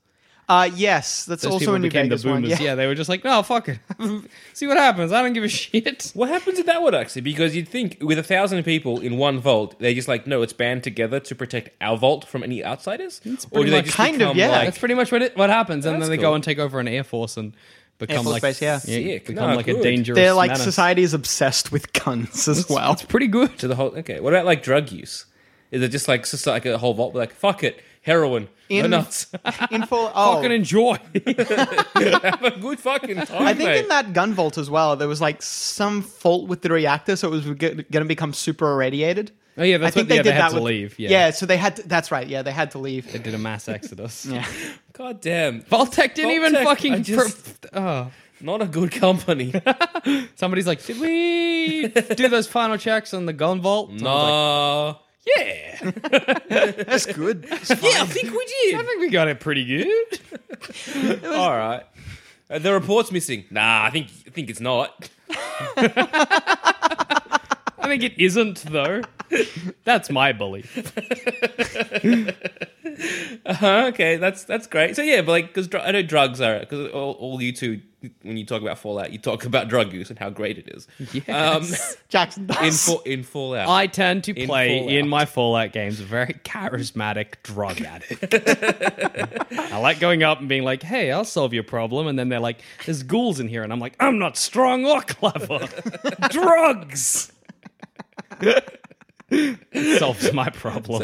[SPEAKER 4] Uh, yes, that's
[SPEAKER 3] Those
[SPEAKER 4] also
[SPEAKER 3] people
[SPEAKER 4] a New
[SPEAKER 3] became
[SPEAKER 4] Vegas
[SPEAKER 3] the
[SPEAKER 4] one.
[SPEAKER 3] boomers.
[SPEAKER 4] Yeah.
[SPEAKER 3] they were just like, no, fuck it. See what happens. I don't give a shit.
[SPEAKER 2] What happens if that one actually? Because you'd think with a thousand people in one vault, they're just like, no, it's band together to protect our vault from any outsiders. Or
[SPEAKER 3] pretty
[SPEAKER 2] do they
[SPEAKER 3] much-
[SPEAKER 2] just
[SPEAKER 4] Kind of,
[SPEAKER 2] become
[SPEAKER 4] yeah.
[SPEAKER 2] like
[SPEAKER 3] That's pretty much what it, what happens, and
[SPEAKER 2] That's
[SPEAKER 3] then they
[SPEAKER 2] cool.
[SPEAKER 3] go and take over an air force and become
[SPEAKER 4] Force
[SPEAKER 3] like
[SPEAKER 4] base, yeah.
[SPEAKER 2] Sick.
[SPEAKER 3] become
[SPEAKER 2] No,
[SPEAKER 3] like a
[SPEAKER 2] good.
[SPEAKER 3] dangerous.
[SPEAKER 4] They're like
[SPEAKER 3] menace.
[SPEAKER 4] society is obsessed with guns as well.
[SPEAKER 3] It's pretty good.
[SPEAKER 2] to the whole? Okay, what about like drug use? Is it just like just like a whole vault? Like fuck it, heroin, no
[SPEAKER 4] In-
[SPEAKER 2] nuts,
[SPEAKER 4] In full, oh,
[SPEAKER 3] Fucking enjoy.
[SPEAKER 2] have a good fucking time.
[SPEAKER 4] I think
[SPEAKER 2] mate.
[SPEAKER 4] in that gun vault as well, there was like some fault with the reactor, so it was going to become super irradiated.
[SPEAKER 3] Oh, yeah, that's
[SPEAKER 4] I think
[SPEAKER 3] what- yeah,
[SPEAKER 4] they
[SPEAKER 3] they
[SPEAKER 4] did
[SPEAKER 3] had
[SPEAKER 4] that
[SPEAKER 3] to
[SPEAKER 4] with-
[SPEAKER 3] leave, yeah.
[SPEAKER 4] so they had. To, that's right. Yeah, they had to leave.
[SPEAKER 3] they did a mass exodus.
[SPEAKER 4] Yeah.
[SPEAKER 2] God damn,
[SPEAKER 3] Voltec didn't even
[SPEAKER 2] Voltec, I
[SPEAKER 3] fucking.
[SPEAKER 2] just-
[SPEAKER 3] pro- oh.
[SPEAKER 2] not a good company.
[SPEAKER 3] Somebody's like, did we do those final checks on the gun vault? Someone's like,
[SPEAKER 2] No.
[SPEAKER 3] yeah,
[SPEAKER 4] That's good.
[SPEAKER 2] yeah, I think we
[SPEAKER 3] I
[SPEAKER 2] did.
[SPEAKER 3] think we got it pretty good.
[SPEAKER 2] All right. Uh, the report's missing. Nah, I think I think it's not.
[SPEAKER 3] I think it isn't though. That's my belief.
[SPEAKER 2] Uh, okay, that's that's great. So yeah, but like because dr- I know drugs are because all, all you two when you talk about Fallout, you talk about drug use and how great it is.
[SPEAKER 3] Yes.
[SPEAKER 4] Jackson does.
[SPEAKER 2] Um, in Fa- in Fallout,
[SPEAKER 3] I tend to
[SPEAKER 2] In
[SPEAKER 3] play
[SPEAKER 2] Fallout.
[SPEAKER 3] in my Fallout games a very charismatic drug addict. I like going up and being like, "Hey, I'll solve your problem," and then they're like, "There's ghouls in here," and I'm like, "I'm not strong or clever. Drugs." It solves my problems.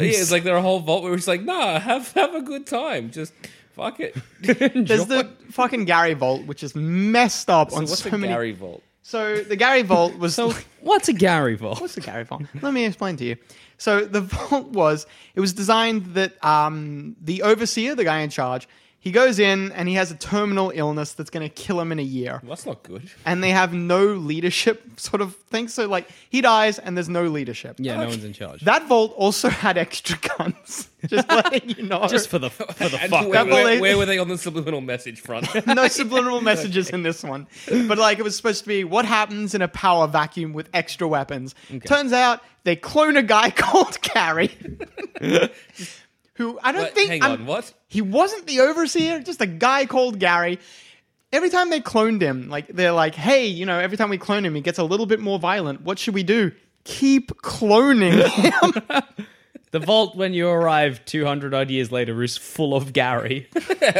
[SPEAKER 2] So, yeah, it's like there are a whole vault where it's like, nah, have have a good time, just fuck it.
[SPEAKER 4] There's the fucking Gary vault, which is messed up
[SPEAKER 2] So
[SPEAKER 4] on
[SPEAKER 2] what's
[SPEAKER 4] so
[SPEAKER 2] the
[SPEAKER 4] many.
[SPEAKER 2] Gary vault?
[SPEAKER 4] So the Gary vault was.
[SPEAKER 3] So what's a Gary vault?
[SPEAKER 4] What's the Gary Vault? Let me explain to you. So the vault was it was designed that um, the overseer, the guy in charge, he goes in and he has a terminal illness that's going to kill him in a year,
[SPEAKER 2] Well, that's not good.
[SPEAKER 4] and they have no leadership sort of thing. So like he dies and there's no leadership.
[SPEAKER 3] Yeah, no one's in charge.
[SPEAKER 4] That vault also had extra guns. Just letting you know.
[SPEAKER 3] Just for the for the
[SPEAKER 2] And
[SPEAKER 3] fuck.
[SPEAKER 2] where,
[SPEAKER 4] Double
[SPEAKER 2] where-
[SPEAKER 4] A-
[SPEAKER 2] where were they on the subliminal message front?
[SPEAKER 4] no subliminal messages in this one. But like it was supposed to be what happens in a power vacuum with extra weapons. Turns out they clone a guy called Carrie. who I don't
[SPEAKER 2] Wait,
[SPEAKER 4] think
[SPEAKER 2] hang
[SPEAKER 4] I'm-
[SPEAKER 2] on, what?
[SPEAKER 4] He wasn't the overseer, just a guy called Gary. Every time they cloned him, like they're like, "Hey, you know, every time we clone him, he gets a little bit more violent. What should we do? Keep cloning him."
[SPEAKER 3] The vault, when you arrive 200 odd years later, is full of Gary.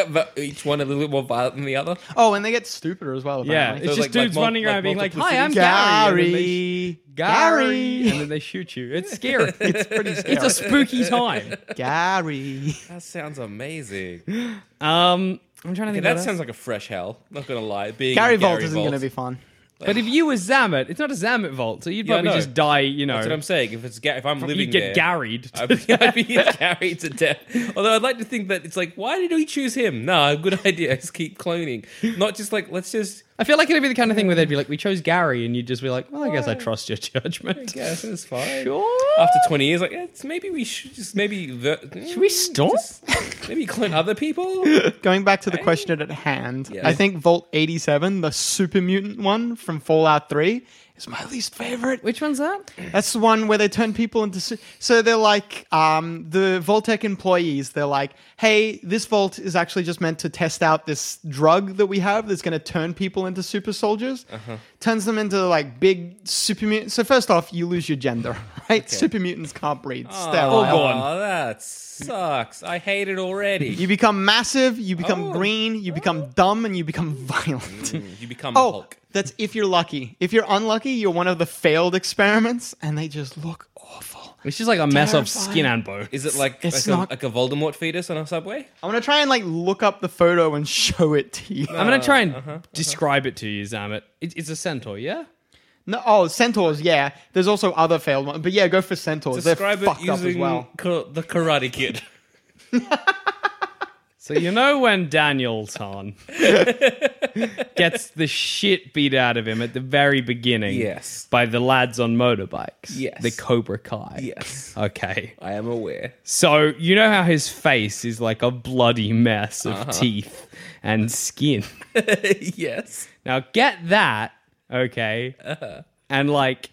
[SPEAKER 2] but each one a little more violent than the other.
[SPEAKER 4] Oh, and they get stupider as well.
[SPEAKER 3] Yeah,
[SPEAKER 4] Apparently.
[SPEAKER 3] it's
[SPEAKER 2] So,
[SPEAKER 3] just
[SPEAKER 2] like- like
[SPEAKER 3] dudes
[SPEAKER 2] mul-
[SPEAKER 3] running around
[SPEAKER 2] like
[SPEAKER 3] being like, "Hi,
[SPEAKER 2] multiplicity?
[SPEAKER 3] I'm Gary." And then
[SPEAKER 4] Gary.
[SPEAKER 3] they-
[SPEAKER 4] Gary.
[SPEAKER 3] and then they shoot you. It's scary.
[SPEAKER 4] it's pretty scary.
[SPEAKER 3] it's a spooky time.
[SPEAKER 4] Gary.
[SPEAKER 2] That sounds amazing.
[SPEAKER 3] Um, I'm trying to
[SPEAKER 2] Yeah,
[SPEAKER 3] think.
[SPEAKER 2] that
[SPEAKER 3] what
[SPEAKER 2] sounds
[SPEAKER 3] else.
[SPEAKER 2] like a fresh hell. Not gonna lie, being
[SPEAKER 4] Gary
[SPEAKER 2] in
[SPEAKER 4] Vault isn't
[SPEAKER 2] Vault-
[SPEAKER 4] going to be fun.
[SPEAKER 3] But if you were Zamet, it's not a Zamet vault, so you'd
[SPEAKER 2] Yeah, I
[SPEAKER 3] probably
[SPEAKER 2] know.
[SPEAKER 3] just die. You know,
[SPEAKER 2] That's what I'm saying. If it's Ga- if I'm living
[SPEAKER 3] you'd
[SPEAKER 2] there,
[SPEAKER 3] get garried.
[SPEAKER 2] I'd be, I'd be carried to death. Although I'd like to think that it's like, why did we choose him? No, good idea. Just keep cloning. Not just like let's just.
[SPEAKER 3] I feel like it'd be the kind of thing where they'd be like, "We chose Gary," and you'd just be like, "Well, I guess I trust your judgment."
[SPEAKER 2] Yeah, it was fine.
[SPEAKER 3] Sure.
[SPEAKER 2] After 20 years, like yeah, it's, maybe we should just maybe the,
[SPEAKER 3] Should we stop?
[SPEAKER 2] maybe clone other people.
[SPEAKER 4] Going back to the question at hand,
[SPEAKER 2] Yeah.
[SPEAKER 4] I think Vault 87, the super mutant one from Fallout 3, is my least favorite.
[SPEAKER 3] Which one's that?
[SPEAKER 4] That's the one where they turn people into. su- So they're like um, the Voltec employees. They're like, hey, this Volt is actually just meant to test out this drug that we have that's going to turn people into super soldiers.
[SPEAKER 2] Uh-huh.
[SPEAKER 4] Turns them into like big super mutants. So first off, you lose your gender, right? Super mutants can't breed.
[SPEAKER 2] oh,
[SPEAKER 4] sterile.
[SPEAKER 2] that sucks. I hate it already.
[SPEAKER 4] You become massive. You become
[SPEAKER 2] Oh.
[SPEAKER 4] green. You become dumb, and you become violent.
[SPEAKER 2] You become
[SPEAKER 4] Oh,
[SPEAKER 2] Hulk.
[SPEAKER 4] that's if you're lucky. If you're unlucky, you're one of the failed experiments, and they just look awful.
[SPEAKER 3] It's just like a mess of
[SPEAKER 4] Terrifying.
[SPEAKER 3] skin and bone.
[SPEAKER 2] Is it like
[SPEAKER 4] It's
[SPEAKER 2] like,
[SPEAKER 4] not-
[SPEAKER 2] a, like a Voldemort fetus on a subway?
[SPEAKER 4] I'm gonna try and like look up the photo and show it to you.
[SPEAKER 3] I'm gonna try and
[SPEAKER 2] uh-huh,
[SPEAKER 3] describe it to you, Zamet. It, it's a centaur, yeah.
[SPEAKER 4] No, oh, centaurs. Yeah, there's also other failed ones, but yeah, go for centaurs.
[SPEAKER 2] Describe
[SPEAKER 4] They're
[SPEAKER 2] it
[SPEAKER 4] fucked up as
[SPEAKER 2] using
[SPEAKER 4] well.
[SPEAKER 2] ca- the Karate Kid.
[SPEAKER 3] So you know when Daniel Tan gets the shit beat out of him at the very beginning,
[SPEAKER 2] Yes.
[SPEAKER 3] by the lads on motorbikes,
[SPEAKER 2] Yes.
[SPEAKER 3] the Cobra Kai,
[SPEAKER 2] Yes.
[SPEAKER 3] Okay,
[SPEAKER 2] I am aware.
[SPEAKER 3] so you know how his face is like a bloody mess of
[SPEAKER 2] Uh-huh.
[SPEAKER 3] teeth and skin.
[SPEAKER 2] yes.
[SPEAKER 3] Now get that, okay?
[SPEAKER 2] Uh-huh.
[SPEAKER 3] And like,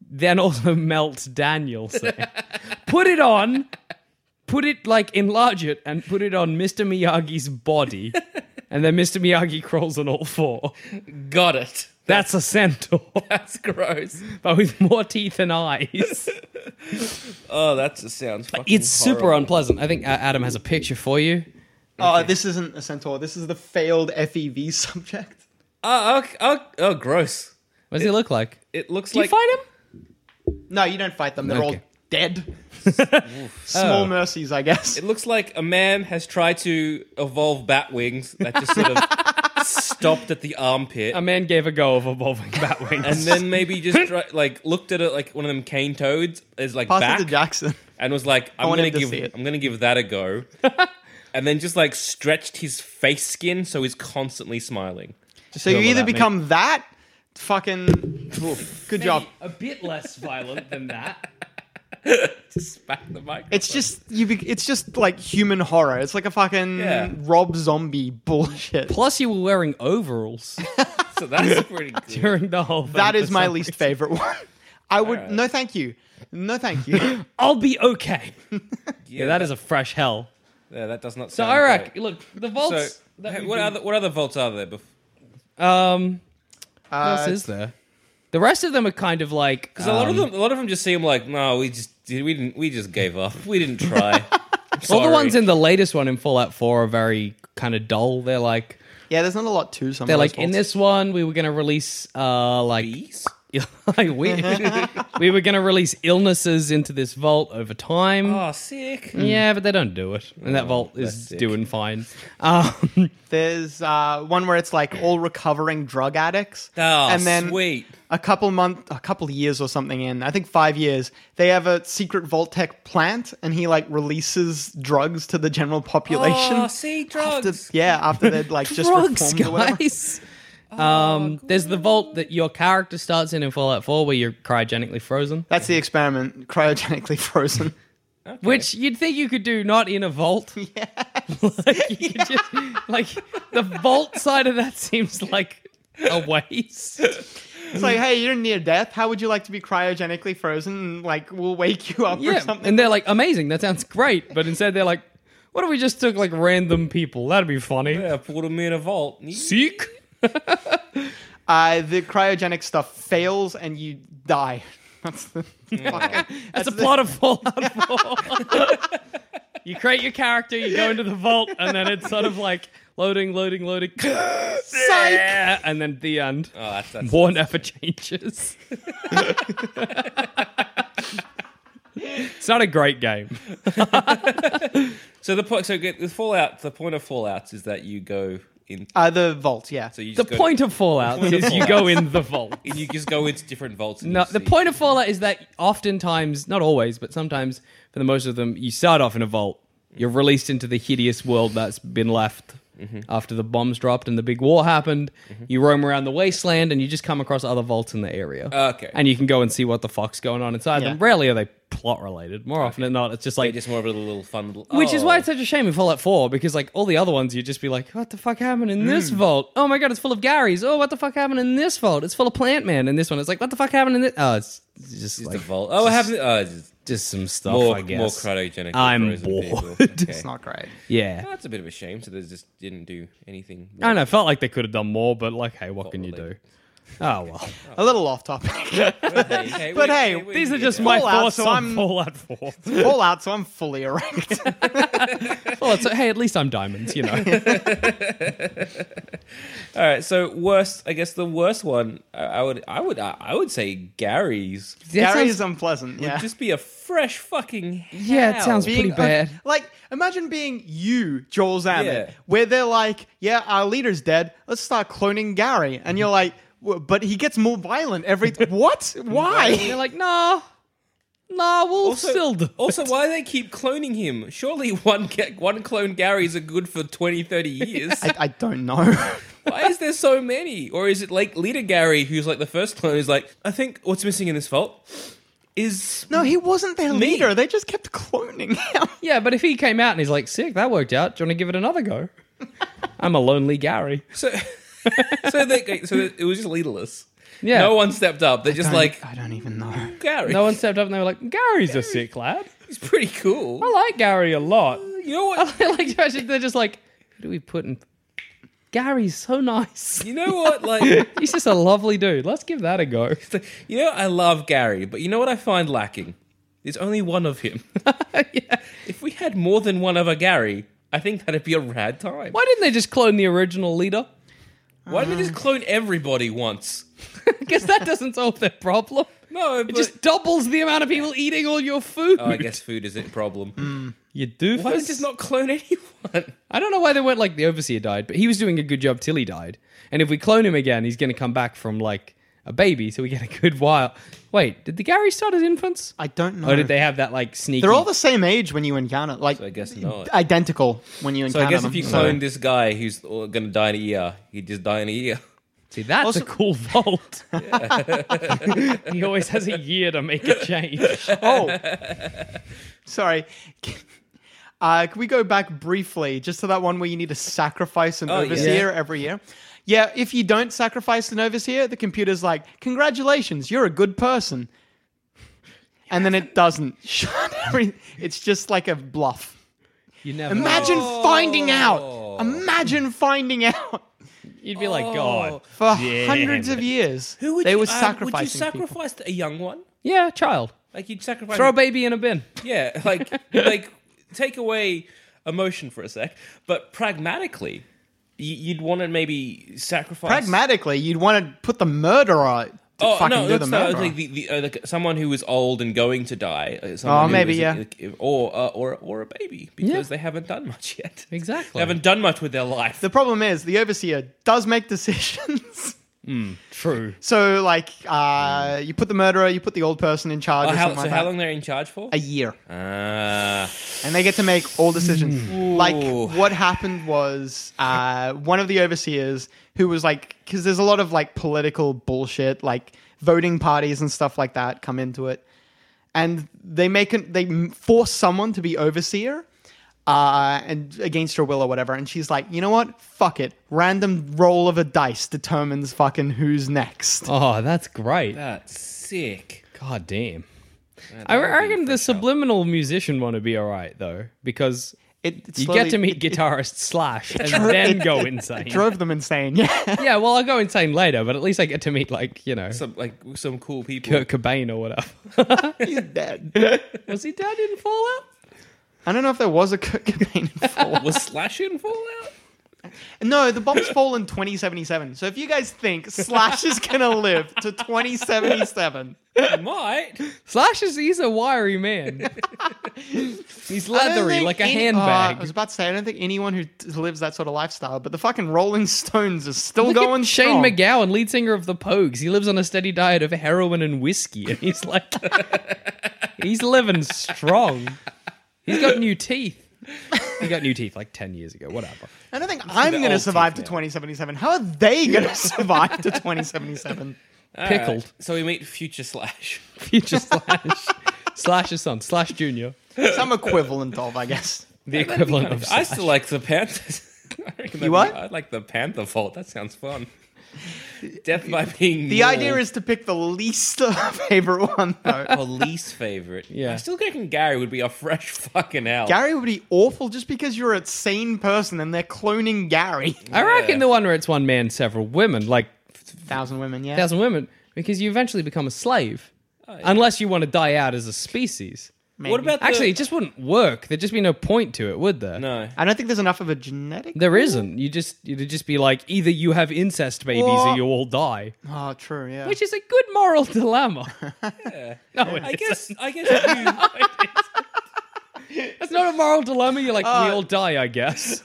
[SPEAKER 3] then also melt Daniel's. hair. put it on, put it like enlarge it, and put it on Mr. Miyagi's body. and then Mr. Miyagi crawls on all four.
[SPEAKER 2] Got it.
[SPEAKER 3] That's a centaur,
[SPEAKER 2] That's gross.
[SPEAKER 3] but with more teeth and eyes.
[SPEAKER 2] Oh, that just sounds fucking
[SPEAKER 3] It's super
[SPEAKER 2] horrible.
[SPEAKER 3] unpleasant. I think uh, Adam has a picture for you.
[SPEAKER 4] Oh, this isn't a centaur. This is the failed FEV subject.
[SPEAKER 2] Oh, oh, oh, oh, gross.
[SPEAKER 3] What does he look like?
[SPEAKER 2] It looks
[SPEAKER 3] Do
[SPEAKER 2] like
[SPEAKER 3] you fight him?
[SPEAKER 4] No, you don't fight them. They're all
[SPEAKER 3] Okay.
[SPEAKER 4] dead. Small
[SPEAKER 3] Oh.
[SPEAKER 4] mercies, I guess.
[SPEAKER 2] it looks like a man has tried to evolve bat wings that just sort of stopped at the armpit.
[SPEAKER 3] A man gave a go of evolving Batwings.
[SPEAKER 2] and then maybe just try, like looked at it like one of them cane toads is like
[SPEAKER 4] Pass
[SPEAKER 2] back
[SPEAKER 4] it to Jackson.
[SPEAKER 2] and was like I'm
[SPEAKER 4] want
[SPEAKER 2] gonna
[SPEAKER 4] him to
[SPEAKER 2] give
[SPEAKER 4] see it.
[SPEAKER 2] I'm gonna give that a go, and then just like stretched his face skin so he's constantly smiling.
[SPEAKER 4] So you
[SPEAKER 3] deal with
[SPEAKER 4] either
[SPEAKER 3] that, mate.
[SPEAKER 4] become that, fucking. Good job.
[SPEAKER 3] a bit less violent than that.
[SPEAKER 2] Back the mic.
[SPEAKER 4] It's just you. Be, it's just like human horror. It's like a fucking
[SPEAKER 2] Yeah.
[SPEAKER 4] Rob Zombie bullshit.
[SPEAKER 3] Plus, you were wearing overalls
[SPEAKER 2] so that's pretty good.
[SPEAKER 3] during the whole. Thing
[SPEAKER 4] That is
[SPEAKER 3] for
[SPEAKER 4] my
[SPEAKER 3] some
[SPEAKER 4] least
[SPEAKER 3] reason.
[SPEAKER 4] favorite one. I would
[SPEAKER 2] Alright.
[SPEAKER 4] no, thank you, no, thank you. Uh,
[SPEAKER 3] I'll be okay. yeah, that is a fresh hell.
[SPEAKER 2] Yeah, that does not.
[SPEAKER 3] So
[SPEAKER 2] Sound
[SPEAKER 3] I reckon.
[SPEAKER 2] great.
[SPEAKER 3] Look, the
[SPEAKER 2] So
[SPEAKER 3] vaults.
[SPEAKER 2] hey,
[SPEAKER 3] that we've
[SPEAKER 2] what other what other vaults are there? Bef-
[SPEAKER 3] been- um, what else
[SPEAKER 4] Uh,
[SPEAKER 3] is there? The rest of them are kind of like um,
[SPEAKER 2] Because a lot of them, a lot of them just seem like no, we just we didn't we just gave up. We didn't try.
[SPEAKER 3] All the ones in the latest one in Fallout Four are very kind of dull. They're like
[SPEAKER 4] yeah, there's not a lot to some.
[SPEAKER 3] they're
[SPEAKER 4] of those
[SPEAKER 3] like in
[SPEAKER 4] vaults.
[SPEAKER 3] this one we were gonna release uh like
[SPEAKER 2] bees.
[SPEAKER 3] I wish we were gonna release illnesses into this vault over time.
[SPEAKER 2] Oh, sick.
[SPEAKER 3] Yeah, but they don't do it, and that vault
[SPEAKER 2] that's
[SPEAKER 3] is
[SPEAKER 2] sick.
[SPEAKER 3] doing fine. Um,
[SPEAKER 4] There's uh, one where it's like all recovering drug addicts,
[SPEAKER 3] Ah,
[SPEAKER 2] Oh,
[SPEAKER 4] and then
[SPEAKER 2] sweet.
[SPEAKER 4] a couple month, a couple years or something in, I think five years, they have a secret Vault Tech plant, and he like releases drugs to the general population.
[SPEAKER 2] Oh, see drugs.
[SPEAKER 4] After- yeah, after they'd like just
[SPEAKER 3] Ah, drugs,
[SPEAKER 4] reformed or whatever.
[SPEAKER 3] guys. Um, there's the vault that your character starts in in Fallout 4 where you're cryogenically frozen,
[SPEAKER 4] That's the experiment, cryogenically frozen.
[SPEAKER 3] which you'd think you could do not in a vault. Yeah, like, you could just, like the vault side of that seems like a waste.
[SPEAKER 4] It's like, hey, you're near death. How would you like to be cryogenically frozen? Like, we'll wake you up or
[SPEAKER 3] Yeah,
[SPEAKER 4] something.
[SPEAKER 3] and they're like, amazing, that sounds great, but instead they're like, what if we just took like random people? That'd be funny.
[SPEAKER 2] Yeah, put them in a vault.
[SPEAKER 3] Seek.
[SPEAKER 4] Uh, the cryogenic stuff fails and you die. That's the
[SPEAKER 2] Oh,
[SPEAKER 4] fucking.
[SPEAKER 3] That's, a plot of Fallout 4. you create your character, you go into the vault, and then it's sort of like loading, loading, loading.
[SPEAKER 4] Psych.
[SPEAKER 3] Yeah, and then the end.
[SPEAKER 2] Oh, that's, that's
[SPEAKER 3] War never changes. it's not a great game.
[SPEAKER 2] so. The point. So get- the Fallout. The point of Fallout is that you go in.
[SPEAKER 4] Uh, the vault. Yeah.
[SPEAKER 2] So you
[SPEAKER 3] The
[SPEAKER 2] just go,
[SPEAKER 3] point of Fallout is you go in the vault.
[SPEAKER 2] You just go into different vaults. And
[SPEAKER 3] No,
[SPEAKER 2] you
[SPEAKER 3] the
[SPEAKER 2] see-
[SPEAKER 3] point of Fallout is that oftentimes, not always, but sometimes for the most of them, you start off in a vault. You're released into the hideous world that's been left after the bombs dropped and the big war happened. You roam around the wasteland and you just come across other vaults in the area.
[SPEAKER 2] Okay.
[SPEAKER 3] And you can go and see what the fuck's going on inside them.
[SPEAKER 4] Yeah.
[SPEAKER 3] Rarely are they plot related. More often than not, it's just
[SPEAKER 2] It's
[SPEAKER 3] like.
[SPEAKER 2] Just more of a little fun. Little,
[SPEAKER 3] which is why
[SPEAKER 2] oh.
[SPEAKER 3] it's such a shame in Fallout 4 because, like, all the other ones, you'd just be like, what the fuck happened in this vault? Oh my god, it's full of Garys. Oh, what the fuck happened in this vault? It's full of Plant Man. And this one, it's like, what the fuck happened in this? Oh, it's it's just
[SPEAKER 2] It's
[SPEAKER 3] like,
[SPEAKER 2] the vault. Oh, I have oh, it's just
[SPEAKER 3] just some stuff,
[SPEAKER 2] more
[SPEAKER 3] I guess.
[SPEAKER 2] more cryogenic.
[SPEAKER 3] I'm
[SPEAKER 2] frozen
[SPEAKER 3] bored.
[SPEAKER 2] people. Okay.
[SPEAKER 4] It's not great.
[SPEAKER 3] Yeah.
[SPEAKER 2] Oh, That's a bit of a shame. So they just didn't do anything.
[SPEAKER 3] I don't know, felt like they could have done more, but like, hey, what can you do?
[SPEAKER 2] related.
[SPEAKER 3] Oh, well.
[SPEAKER 4] A little off topic.
[SPEAKER 2] Hey, hey,
[SPEAKER 4] But
[SPEAKER 2] we-
[SPEAKER 4] hey,
[SPEAKER 2] we-
[SPEAKER 3] These are
[SPEAKER 2] we-
[SPEAKER 3] just my
[SPEAKER 4] Fallout,
[SPEAKER 3] thoughts
[SPEAKER 4] so
[SPEAKER 3] on
[SPEAKER 4] I'm-
[SPEAKER 3] Fallout 4.
[SPEAKER 4] Fallout. So I'm fully erect.
[SPEAKER 3] Fallout, so, hey, at least I'm diamonds, you know.
[SPEAKER 2] All right. So worst, I guess the worst one. I, I would, I would, I, I would say Gary's.
[SPEAKER 4] Gary is unpleasant. Yeah.
[SPEAKER 2] Just be a fresh fucking. Hell.
[SPEAKER 3] Yeah, it sounds- pretty
[SPEAKER 4] uh,
[SPEAKER 3] bad.
[SPEAKER 4] like, imagine being you, Joel Zammit,
[SPEAKER 2] Yeah.
[SPEAKER 4] where they're like, "Yeah, our leader's dead. Let's start cloning Gary," and you're like, "W- "But he gets more violent every." what?
[SPEAKER 3] They're
[SPEAKER 4] Why?
[SPEAKER 3] like, nah, nah, we'll
[SPEAKER 2] Also,
[SPEAKER 3] still do it.
[SPEAKER 2] also, why do they keep cloning him? Surely one ga- one clone Gary's are good for 20, 30 years.
[SPEAKER 4] I, I don't know.
[SPEAKER 2] Why is there so many? Or is it like leader Gary, who's like the first clone, is like, I think what's missing in this vault is
[SPEAKER 4] no, he wasn't their
[SPEAKER 2] Me.
[SPEAKER 4] leader. They just kept cloning him.
[SPEAKER 3] Yeah, but if he came out and he's like, sick, that worked out. Do you want to give it another go? I'm a lonely Gary.
[SPEAKER 2] so. so they, so it was just leaderless.
[SPEAKER 3] Yeah.
[SPEAKER 2] No one stepped up. They're just
[SPEAKER 4] Don't-
[SPEAKER 2] like
[SPEAKER 4] I don't even know.
[SPEAKER 2] Gary.
[SPEAKER 3] No one stepped up and they were like, Gary's a sick lad.
[SPEAKER 2] he's pretty cool.
[SPEAKER 3] I like Gary a lot.
[SPEAKER 2] You know what?
[SPEAKER 3] I like to imagine they're just like, who do we put in? Gary's so nice.
[SPEAKER 2] You know what? Like,
[SPEAKER 3] He's just a lovely dude. Let's give that a go.
[SPEAKER 2] you know, I love Gary, but you know what I find lacking? There's only one of him.
[SPEAKER 3] Yeah.
[SPEAKER 2] If we had more than one other Gary, I think that'd be a rad time.
[SPEAKER 3] Why didn't they just clone the original leader?
[SPEAKER 2] Why did they just clone everybody once?
[SPEAKER 3] Because that doesn't solve their problem.
[SPEAKER 2] No,
[SPEAKER 3] It
[SPEAKER 2] but
[SPEAKER 3] just doubles the amount of people eating all your food.
[SPEAKER 2] oh, I guess food is a problem.
[SPEAKER 3] You do.
[SPEAKER 2] Why did just not clone anyone?
[SPEAKER 3] I don't know why they weren't like the overseer died, but he was doing a good job till he died. And if we clone him again, he's going to come back from like a baby, so we get a good while. Wait, did the Gary start as infants?
[SPEAKER 4] I don't know.
[SPEAKER 3] Or did they have that like sneaky?
[SPEAKER 4] They're all the same age when you encounter, like
[SPEAKER 2] I guess not.
[SPEAKER 4] identical when you
[SPEAKER 2] So
[SPEAKER 4] encounter
[SPEAKER 2] I guess
[SPEAKER 4] them.
[SPEAKER 2] if you
[SPEAKER 4] so-
[SPEAKER 2] clone this guy who's going to die in a year, he'd just die in a year.
[SPEAKER 3] See, that's
[SPEAKER 4] Also-
[SPEAKER 3] a cool vault. he always has a year to make a change.
[SPEAKER 4] Oh, sorry. Uh, can we go back briefly just to that one where you need to sacrifice an
[SPEAKER 2] Oh, yeah.
[SPEAKER 4] overseer every year? Yeah, if you don't sacrifice an overseer, the computer's like, "Congratulations, you're a good person," and then it doesn't. Shut every- It's just like a bluff.
[SPEAKER 3] You never.
[SPEAKER 4] Imagine
[SPEAKER 2] Oh.
[SPEAKER 4] finding out. Imagine finding out
[SPEAKER 3] You'd be
[SPEAKER 4] Oh.
[SPEAKER 3] like, God.
[SPEAKER 4] for hundreds of years.
[SPEAKER 2] Who would
[SPEAKER 4] they
[SPEAKER 2] you,
[SPEAKER 4] were
[SPEAKER 2] uh,
[SPEAKER 4] sacrificing
[SPEAKER 2] Would you
[SPEAKER 4] people.
[SPEAKER 2] sacrifice a young one?
[SPEAKER 3] Yeah, child.
[SPEAKER 2] Like you'd sacrifice
[SPEAKER 3] Throw a baby in a bin.
[SPEAKER 2] Yeah, like like take away emotion for a sec, but pragmatically, y- you'd want to maybe sacrifice.
[SPEAKER 4] Pragmatically, you'd want to put the murderer to
[SPEAKER 2] Oh
[SPEAKER 4] fucking
[SPEAKER 2] no,
[SPEAKER 4] do
[SPEAKER 2] that's
[SPEAKER 4] the
[SPEAKER 2] not
[SPEAKER 4] murder.
[SPEAKER 2] like the, the uh, like someone who is old and going to die. uh, someone who
[SPEAKER 4] Oh, maybe,
[SPEAKER 2] is-
[SPEAKER 4] yeah.
[SPEAKER 2] or uh, or or a baby because
[SPEAKER 3] Yeah.
[SPEAKER 2] they haven't done much yet. They
[SPEAKER 3] Exactly.
[SPEAKER 2] haven't done much with their life.
[SPEAKER 4] The problem is the overseer does make decisions.
[SPEAKER 3] True.
[SPEAKER 4] so like uh, you put the murderer, you put the old person in charge.
[SPEAKER 2] Oh,
[SPEAKER 4] or
[SPEAKER 2] how,
[SPEAKER 4] something
[SPEAKER 2] so
[SPEAKER 4] like
[SPEAKER 2] how
[SPEAKER 4] that.
[SPEAKER 2] long they're in charge for?
[SPEAKER 4] A year,
[SPEAKER 2] Ah,
[SPEAKER 4] and they get to make all decisions.
[SPEAKER 3] Mm.
[SPEAKER 4] Like
[SPEAKER 2] Ooh.
[SPEAKER 4] what happened was uh, one of the overseers who was like, because there's a lot of like political bullshit, like voting parties and stuff like that come into it, and they make an, they m- force someone to be overseer. Uh, and against her will or whatever, and she's like, you know what? Fuck it. Random roll of a dice determines fucking who's next.
[SPEAKER 3] Oh, that's great.
[SPEAKER 2] that's sick.
[SPEAKER 3] God damn. I
[SPEAKER 2] would be
[SPEAKER 3] reckon the
[SPEAKER 2] fresh out.
[SPEAKER 3] subliminal musician one would be all right though, because
[SPEAKER 4] It, it
[SPEAKER 3] You
[SPEAKER 4] slowly-
[SPEAKER 3] get to meet
[SPEAKER 4] it-
[SPEAKER 3] guitarist Slash and then go insane.
[SPEAKER 4] It drove them insane. Yeah.
[SPEAKER 3] yeah, well, I'll go insane later, but at least I get to meet like you know
[SPEAKER 2] Some like some cool people.
[SPEAKER 3] Kurt Cobain or whatever.
[SPEAKER 4] He's dead.
[SPEAKER 3] Was he dead in Fallout?
[SPEAKER 4] I don't know if there was a Kurt Cobain fall.
[SPEAKER 2] Was Slash in Fallout?
[SPEAKER 4] No, the bombs fall in 2077. So if you guys think Slash is going to live to 2077,
[SPEAKER 2] He might.
[SPEAKER 3] Slash is he's a wiry man. he's
[SPEAKER 4] I don't
[SPEAKER 3] leathery
[SPEAKER 4] think
[SPEAKER 3] like a
[SPEAKER 4] any-
[SPEAKER 3] handbag.
[SPEAKER 4] Oh, I was about to say, I don't think anyone who t- lives that sort of lifestyle, but the fucking Rolling Stones is still
[SPEAKER 3] Look
[SPEAKER 4] going
[SPEAKER 3] at Shane
[SPEAKER 4] strong.
[SPEAKER 3] McGowan, lead singer of the Pogues. He lives on a steady diet of heroin and whiskey, and he's like, he's living strong. He's got new teeth. He got new teeth like ten years ago. Whatever.
[SPEAKER 4] I don't think I'm going to
[SPEAKER 2] old
[SPEAKER 4] survive to
[SPEAKER 2] teeth now.
[SPEAKER 4] 2077. How are they going to survive to 2077?
[SPEAKER 3] Pickled.
[SPEAKER 2] Uh, So we meet future Slash.
[SPEAKER 3] Future Slash, Slash's son, Slash Junior,
[SPEAKER 4] Some equivalent of, I guess.
[SPEAKER 3] the equivalent of.
[SPEAKER 2] I still like the Panthers. I reckon that'd
[SPEAKER 4] what?
[SPEAKER 2] be- I like the Panther Vault. That sounds fun. Death by being
[SPEAKER 4] The idea is to pick the least favorite one, though.
[SPEAKER 2] police favorite.
[SPEAKER 3] Yeah.
[SPEAKER 2] I still reckon Gary would be a fresh fucking hell.
[SPEAKER 4] Gary would be awful just because you're a sane person and they're cloning Gary.
[SPEAKER 3] I reckon
[SPEAKER 2] Yeah.
[SPEAKER 3] the one where it's one man, several women, like
[SPEAKER 4] Thousand women, yeah.
[SPEAKER 3] thousand women, because you eventually become a slave, unless you want to die out as a species.
[SPEAKER 4] maybe.
[SPEAKER 2] what about the-
[SPEAKER 3] Actually, it just wouldn't work. There'd just be no point to it, would there?
[SPEAKER 2] no?
[SPEAKER 4] I don't think there's enough of a genetic.
[SPEAKER 3] There isn't. You just it'd just be like either you have incest babies or
[SPEAKER 4] What?
[SPEAKER 3] you all die,
[SPEAKER 4] Oh, true, yeah.
[SPEAKER 3] which is a good moral dilemma. No, it
[SPEAKER 2] I
[SPEAKER 3] isn't.
[SPEAKER 2] guess I guess you,
[SPEAKER 3] that's not a moral dilemma. You're like we all die, I guess.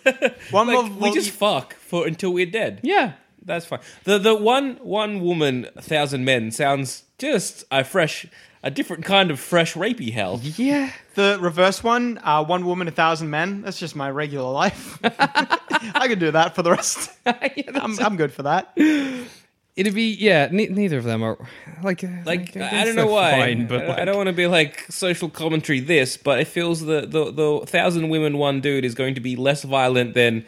[SPEAKER 4] one
[SPEAKER 2] like,
[SPEAKER 4] more
[SPEAKER 2] we
[SPEAKER 4] vote-
[SPEAKER 2] just fuck for until we're dead.
[SPEAKER 3] yeah,
[SPEAKER 2] That's fine. The the one one woman thousand men sounds just a fresh a different kind of fresh rapey hell.
[SPEAKER 3] yeah.
[SPEAKER 4] the reverse one, uh, one woman, a thousand men. That's just my regular life. I could do that for the rest. I'm, I'm good for that.
[SPEAKER 3] It'd be yeah. Ne- neither of them are like uh,
[SPEAKER 2] Like
[SPEAKER 3] guess
[SPEAKER 2] I, don't know
[SPEAKER 3] they're
[SPEAKER 2] why.
[SPEAKER 3] Fine, but
[SPEAKER 2] I,
[SPEAKER 3] like,
[SPEAKER 2] I don't want to be like social commentary this, but it feels the the the thousand women one dude is going to be less violent than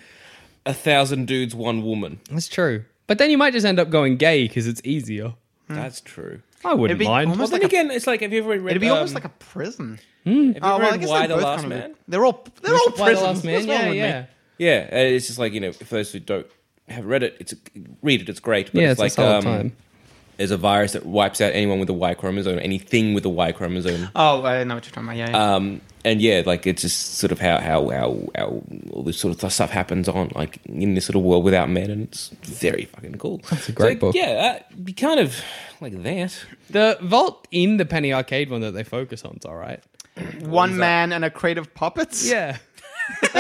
[SPEAKER 2] a thousand dudes one woman.
[SPEAKER 3] that's true. But then you might just end up going gay because it's easier.
[SPEAKER 2] That's true.
[SPEAKER 3] I wouldn't
[SPEAKER 4] It'd be
[SPEAKER 3] mind.
[SPEAKER 2] Well,
[SPEAKER 4] almost
[SPEAKER 2] then
[SPEAKER 4] like a-
[SPEAKER 2] again, it's like have you ever read?
[SPEAKER 4] It'd be
[SPEAKER 2] um,
[SPEAKER 4] almost like a prison.
[SPEAKER 2] have you ever
[SPEAKER 4] Oh, well, I
[SPEAKER 2] read
[SPEAKER 4] guess
[SPEAKER 2] Why
[SPEAKER 4] they're
[SPEAKER 2] the
[SPEAKER 4] both
[SPEAKER 2] Last
[SPEAKER 4] kind of-
[SPEAKER 2] Man?
[SPEAKER 4] They're all they're
[SPEAKER 3] Why
[SPEAKER 4] all
[SPEAKER 3] the
[SPEAKER 4] prisons.
[SPEAKER 3] last man?
[SPEAKER 4] What's wrong
[SPEAKER 3] Yeah,
[SPEAKER 4] with me?
[SPEAKER 3] yeah.
[SPEAKER 2] Yeah, uh, it's just like you know, for those who don't have read it, it's read it. It's great. But
[SPEAKER 3] Yeah,
[SPEAKER 2] it's,
[SPEAKER 3] it's a
[SPEAKER 2] like
[SPEAKER 3] solid
[SPEAKER 2] um,
[SPEAKER 3] time.
[SPEAKER 2] There's a virus that wipes out anyone with a Y chromosome, anything with a Y chromosome.
[SPEAKER 4] Oh, I know what you're talking about. Yeah, yeah.
[SPEAKER 2] Um, and yeah, like it's just sort of how how how how all this sort of stuff happens on like in this sort of world without men, and it's very fucking cool. That's a
[SPEAKER 3] great book.
[SPEAKER 2] Yeah, uh, be kind of like that.
[SPEAKER 3] The vault in the Penny Arcade one that they focus on's all right.
[SPEAKER 4] one man and a crate of puppets.
[SPEAKER 3] Yeah.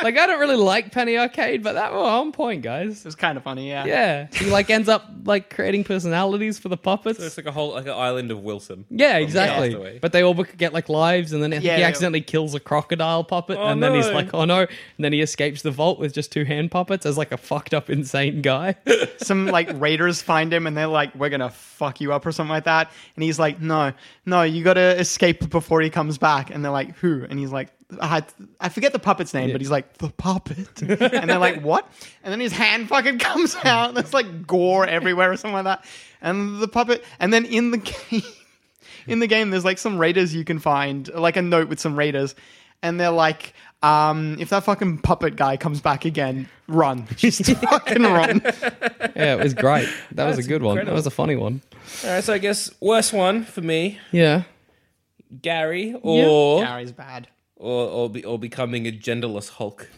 [SPEAKER 3] like I don't really like Penny Arcade, but that was on point, guys.
[SPEAKER 4] it was kind of funny. Yeah,
[SPEAKER 3] Yeah, he like ends up like creating personalities for the puppets.
[SPEAKER 2] It's like a whole like an island of Wilson.
[SPEAKER 3] yeah, exactly.
[SPEAKER 2] Castaway.
[SPEAKER 3] But they all bec- get like lives, and then I think
[SPEAKER 4] Yeah,
[SPEAKER 3] he
[SPEAKER 4] yeah.
[SPEAKER 3] accidentally kills a crocodile puppet,
[SPEAKER 2] Oh,
[SPEAKER 3] and then he's
[SPEAKER 2] no.
[SPEAKER 3] like, "Oh no!" And then he escapes the vault with just two hand puppets as like a fucked up insane guy.
[SPEAKER 4] Some like raiders find him and they're like, "We're gonna fuck you up" or something like that. And he's like, "No, no, you gotta escape before he comes back." And they're like, "Who?" And he's like, "I, had- I forget the puppet's name, but he's like the puppet." and they're like, "What?" And then his hand fucking comes out. And there's like gore everywhere or something like that. And the puppet, and then in the game. in the game there's like some raiders you can find like a note with some raiders and they're like um, if that fucking puppet guy comes back again run just fucking run
[SPEAKER 3] yeah, it was great. That was a
[SPEAKER 2] That's
[SPEAKER 3] good one. That
[SPEAKER 2] incredible.
[SPEAKER 3] was a funny one.
[SPEAKER 2] All right, so I guess worst one for me,
[SPEAKER 3] Yeah.
[SPEAKER 2] Gary, or
[SPEAKER 4] gary's bad
[SPEAKER 2] or or, be, or becoming a genderless Hulk.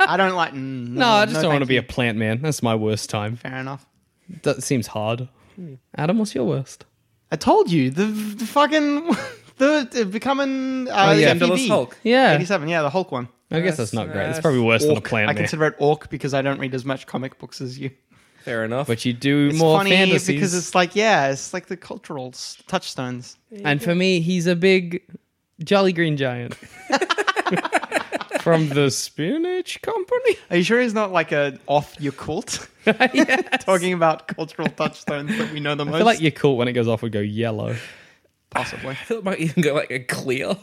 [SPEAKER 4] i don't like mm,
[SPEAKER 3] No, I just don't want to
[SPEAKER 4] thank
[SPEAKER 3] be
[SPEAKER 4] you.
[SPEAKER 3] a plant man. That's my worst time.
[SPEAKER 4] fair enough
[SPEAKER 3] That seems hard.
[SPEAKER 4] Hmm.
[SPEAKER 3] Adam, what's your worst?
[SPEAKER 4] i told you the, the fucking the, the becoming uh,
[SPEAKER 3] yeah.
[SPEAKER 4] FEV.
[SPEAKER 2] Genderless Hulk.
[SPEAKER 3] Yeah.
[SPEAKER 4] 87 yeah the hulk one
[SPEAKER 3] I guess that's not great. It's probably worse than a plant
[SPEAKER 4] i
[SPEAKER 3] man.
[SPEAKER 4] consider it orc because i don't read as much comic books as you
[SPEAKER 2] Fair enough.
[SPEAKER 3] but you do
[SPEAKER 4] it's
[SPEAKER 3] more
[SPEAKER 4] funny
[SPEAKER 3] fantasies.
[SPEAKER 4] because it's like yeah it's like the cultural s- touchstones
[SPEAKER 3] and for me, he's a big jolly green giant from the spinach company.
[SPEAKER 4] Are you sure he's not like a off your cult? Talking about cultural touchstones that we know the
[SPEAKER 3] I
[SPEAKER 4] most.
[SPEAKER 3] feel like your cult when it goes off would go yellow.
[SPEAKER 4] possibly.
[SPEAKER 2] I thought it might even go like a clear.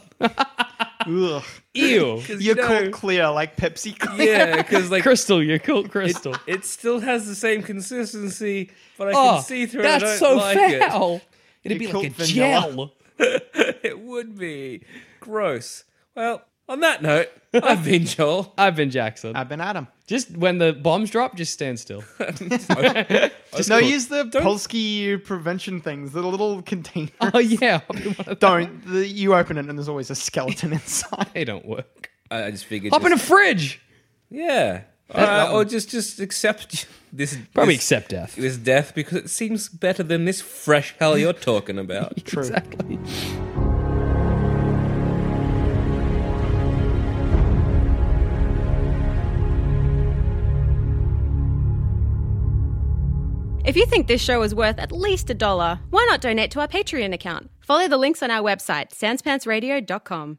[SPEAKER 4] Ugh.
[SPEAKER 3] Ew,
[SPEAKER 4] Your
[SPEAKER 2] know-
[SPEAKER 4] cult clear, like Pepsi clear.
[SPEAKER 2] Yeah, because like
[SPEAKER 3] crystal, your cult crystal.
[SPEAKER 2] it still has the same consistency, but I
[SPEAKER 3] oh,
[SPEAKER 2] can see through it. I don't
[SPEAKER 3] that's so
[SPEAKER 2] like it.
[SPEAKER 3] foul. It. would
[SPEAKER 4] Your
[SPEAKER 3] be like a
[SPEAKER 4] cult vanilla.
[SPEAKER 3] gel.
[SPEAKER 2] It would be gross. Well, On that note, I've been Joel.
[SPEAKER 3] I've been Jackson.
[SPEAKER 4] I've been Adam.
[SPEAKER 3] just when the bombs drop, just stand still.
[SPEAKER 2] Just
[SPEAKER 4] no, use the Polsky prevention things, the little container.
[SPEAKER 3] oh yeah, I'll be one of those.
[SPEAKER 4] Don't. The, you open it and there's always a skeleton inside.
[SPEAKER 3] they don't work.
[SPEAKER 5] I just figured.
[SPEAKER 3] Up in a fridge.
[SPEAKER 5] yeah. Uh, or just just accept this.
[SPEAKER 3] Probably
[SPEAKER 5] this,
[SPEAKER 3] accept death.
[SPEAKER 5] this death because it seems better than this fresh hell you're talking about.
[SPEAKER 4] True.
[SPEAKER 3] Exactly.
[SPEAKER 6] If you think this show is worth at least a dollar, why not donate to our Patreon account? Follow the links on our website, sanspantsradio.com.